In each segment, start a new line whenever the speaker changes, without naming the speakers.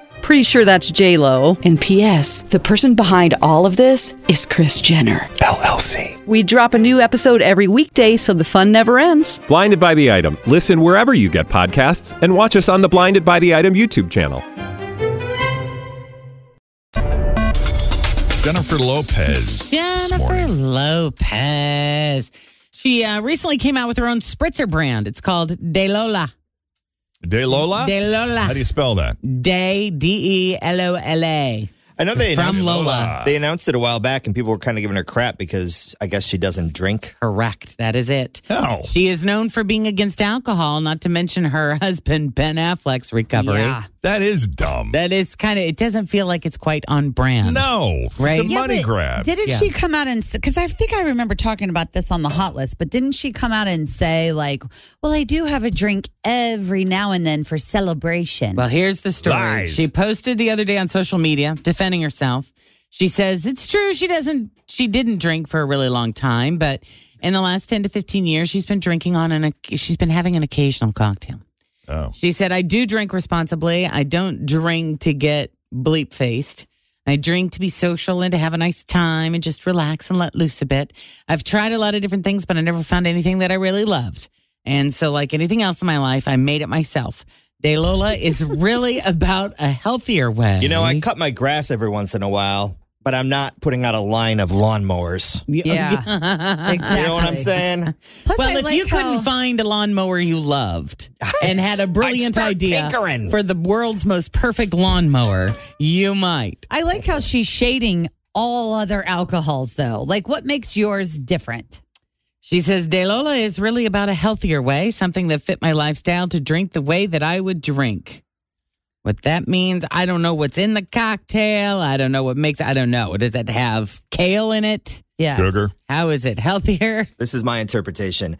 Pretty sure that's J Lo. And P.S. The person behind all of this is Chris Jenner LLC. We drop a new episode every weekday, so the fun never ends.
Blinded by the item. Listen wherever you get podcasts, and watch us on the Blinded by the Item YouTube channel.
Jennifer Lopez. this
Jennifer
morning.
Lopez. She uh, recently came out with her own spritzer brand. It's called De Lola.
De Lola?
De
How
Lola.
do you spell that?
De D E L O L A.
I know they
From
announced,
Lola.
they announced it a while back, and people were kind of giving her crap because I guess she doesn't drink.
Correct. That is it.
Oh.
She is known for being against alcohol, not to mention her husband Ben Affleck's recovery.
Yeah.
That is dumb.
That is kind of it doesn't feel like it's quite on brand.
no.
Right?
It's a
Yeah,
money
but
grab.
Didn't
Yeah.
she come out and because I think I remember talking about this on the hot list, but didn't she come out and say like, "Well, I do have a drink every now and then for celebration."
Well, here's the story.
Lies.
She posted the other day on social media defending herself. She says it's true she doesn't she didn't drink for a really long time, but in the last 10 to 15 years she's been drinking on an oc- she's been having an occasional cocktail.
oh.
She said, I do drink responsibly. I don't drink to get bleep faced. I drink to be social and to have a nice time and just relax and let loose a bit. I've tried a lot of different things, but I never found anything that I really loved. And so, like anything else in my life, I made it myself. De Lola is really about a healthier way.
You know, I cut my grass every once in a while, but I'm not putting out a line of lawnmowers.
Yeah.
exactly.
You know what I'm saying?
Plus,
Well,
I
if
like
you
how-
couldn't find a lawnmower you loved and had a brilliant
start
idea
tinkering.
for the world's most perfect lawnmower, you might.
I like how she's shading all other alcohols though. Like, what makes yours different?
She says, De Lola is really about a healthier way, something that fit my lifestyle to drink the way that I would drink. What that means, I don't know what's in the cocktail. I don't know what makes, I don't know. Does it have kale in it? Yes.
Sugar.
How is it healthier?
This is my interpretation.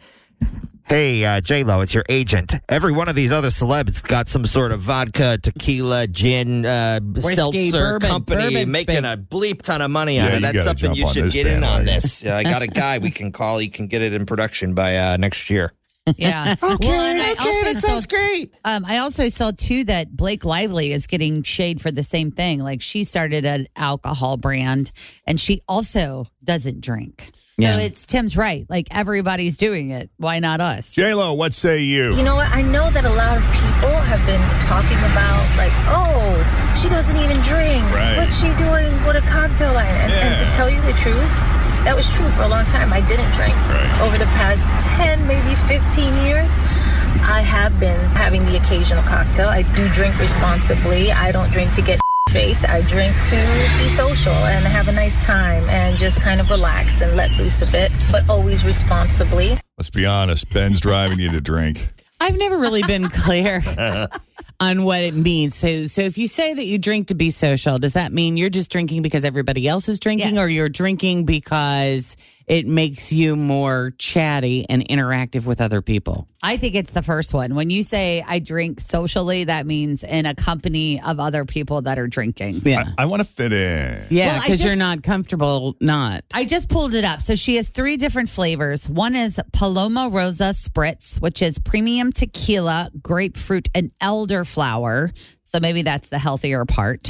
Hey, uh, J Lo, it's your agent. Every one of these other celebs got some sort of vodka, tequila, gin, uh,
Whiskey,
seltzer
bourbon,
company
bourbon
making
spin.
a bleep ton of money on
Yeah,
it.
you
That's
gotta
something
jump
you
on
should
this
get in on
bandwagon.
this. Uh, I got a guy we can call. He can get it in production by uh, next year.
Yeah.
Okay,
and I
okay,
also
that sounds great.
Um, I also saw too that Blake Lively is getting shade for the same thing. Like she started an alcohol brand, and she also doesn't drink.
Yeah.
So it's Tim's right. Like everybody's doing it. Why not us?
J Lo, what say you?
You know what? I know that a lot of people have been talking about, like, oh, she doesn't even drink.
Right.
What's she doing with a cocktail liner? And, and to
Yeah.
tell you the truth, that was true for a long time. I didn't drink. Over the past 10, maybe 15 years, I have been having the occasional cocktail. I do drink responsibly. I don't drink to get faced. I drink to be social and have a nice time and just kind of relax and let loose a bit, but always responsibly.
Let's be honest. Ben's driving you to drink.
I've never really been clear on what it means. So, so if you say that you drink to be social, does that mean you're just drinking because everybody else is drinking, or you're drinking because it makes you more chatty and interactive with other people?
I think it's the first one. When you say I drink socially, that means in a company of other people that are drinking.
I, I want to fit in.
Yeah,
Well, I
because you're
just-
not comfortable not.
I just pulled it up. So she has three different flavors. One is Paloma Rosa Spritz, which is premium tequila, grapefruit, and elderflower. So maybe that's the healthier part.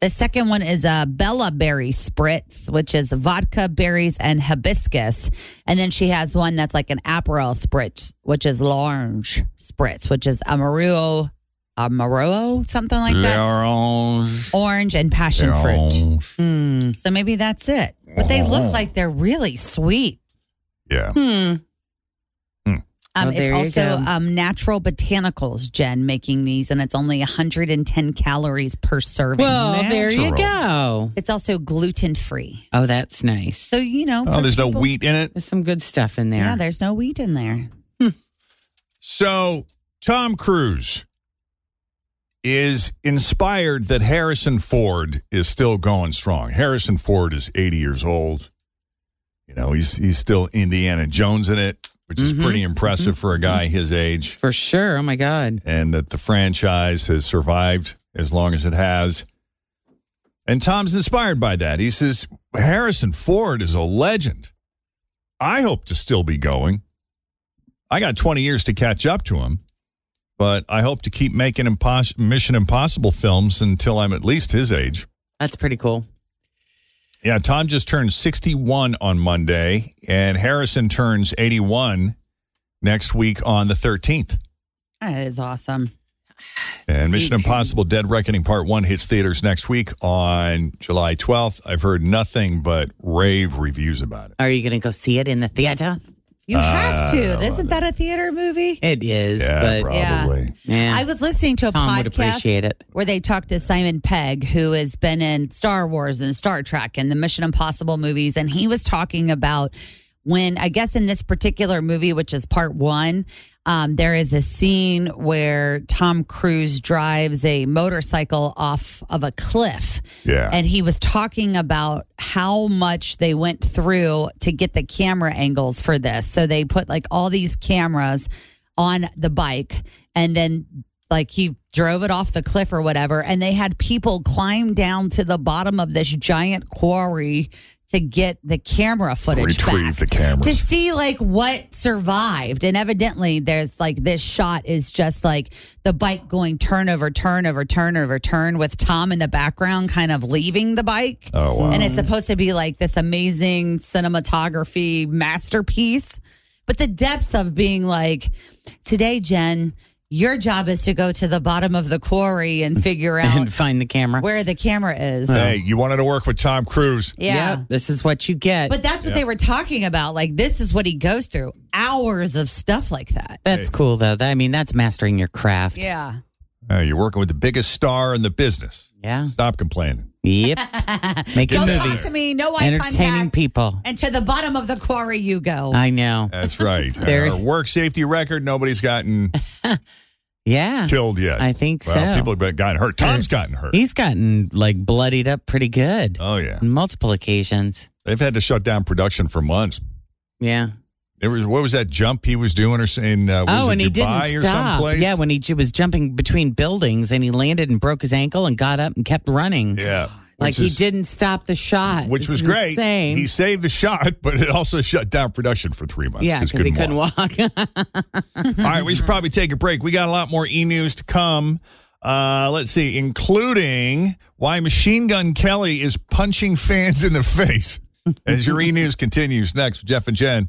The second one is a Bella Berry Spritz, which is vodka, berries, and hibiscus. And then she has one that's like an Aperol Spritz, which is L'Orange Spritz, which is Amarillo, Amarillo, something like that.
Orange.
Orange and passion fruit.
Hmm.
So maybe that's it. But they
Oh.
look like they're really sweet.
Yeah.
Hmm. Um,
Oh,
Well, there
it's
you
also
go.
um, natural botanicals, Jen, making these, and it's only 110 calories per serving.
Well, there you Natural. go.
It's also gluten free.
Oh, that's nice.
So, you know,
Oh,
for people-
in it.
Oh, There's some good stuff in there.
Yeah, there's no wheat in there.
So, Tom Cruise is inspired that Harrison Ford is still going strong. Harrison Ford is 80 years old. You know, he's he's still Indiana Jones in it, which is pretty impressive for a guy his age.
For sure. Oh my god.
And that the franchise has survived as long as it has. And Tom's inspired by that. He says Harrison Ford is a legend. I hope to still be going. I got 20 years to catch up to him, but I hope to keep making impos- Mission Impossible films until I'm at least his age.
That's pretty cool.
Yeah, Tom just turned 61 on Monday, and Harrison turns 81 next week on the 13th.
That is awesome.
And Mission Impossible Dead Reckoning Part 1 hits theaters next week on July 12th. I've heard nothing but rave reviews about it.
Are you going to go see it in the theater?
You have
Uh,
Oh,
to. Isn't that a theater movie?
It is,
Yeah,
but
probably.
Yeah.
I was listening to a
Tom
podcast
would appreciate it.
where they talked to Simon Pegg, who has been in Star Wars and Star Trek and the Mission Impossible movies, and he was talking about when I guess in this particular movie, which is part one, um, there is a scene where Tom Cruise drives a motorcycle off of a cliff.
Yeah.
And he was talking about how much they went through to get the camera angles for this. So they put like all these cameras on the bike and then like he drove it off the cliff or whatever and they had people climb down to the bottom of this giant quarry to get the camera footage
Retrieve
back
the cameras.
to see like what survived and evidently there's like this shot is just like the bike going turn over turn over turn over turn with tom in the background kind of leaving the bike
Oh, wow.
and it's supposed to be like this amazing cinematography masterpiece but the depths of being like today jen your job is to go to the bottom of the quarry and figure out
and find the camera.
where the camera is
Hey, you wanted to work with Tom Cruise.
Yeah. Yep,
this is what you get.
but that's what they were talking about like this is what he goes through hours of stuff like that
That's cool though. That- I mean, that's mastering your craft.
yeah
Uh, you're working with the biggest star in the business.
Yeah.
Stop complaining.
Yep. Making
Don't
movies.
talk to me. No eye
Entertaining
contact.
people.
And to the bottom of the quarry you go.
I know.
That's right.
There-
Our work safety record, nobody's gotten
Yeah.
killed yet.
I think
Well,
so.
people have gotten hurt. Tom's gotten hurt.
He's gotten like bloodied up pretty good.
Oh yeah.
On multiple occasions.
They've had to shut down production for months.
Yeah.
There was what was that jump he was doing or s- in uh, was
oh,
it
and he
Dubai
didn't
or
stop.
someplace?
Yeah, when he j- was jumping between buildings and he landed and broke his ankle and got up and kept running.
Yeah.
Like
Which
he
is-
didn't stop the shot,
which
It's
was great.
insane.
He saved the shot, but it also shut down production for three months.
yeah, because he
walk.
couldn't walk.
All right, we should probably take a break. We got a lot more e news to come. Uh, let's see, including why Machine Gun Kelly is punching fans in the face. As your e news continues next, Jeff and Jen,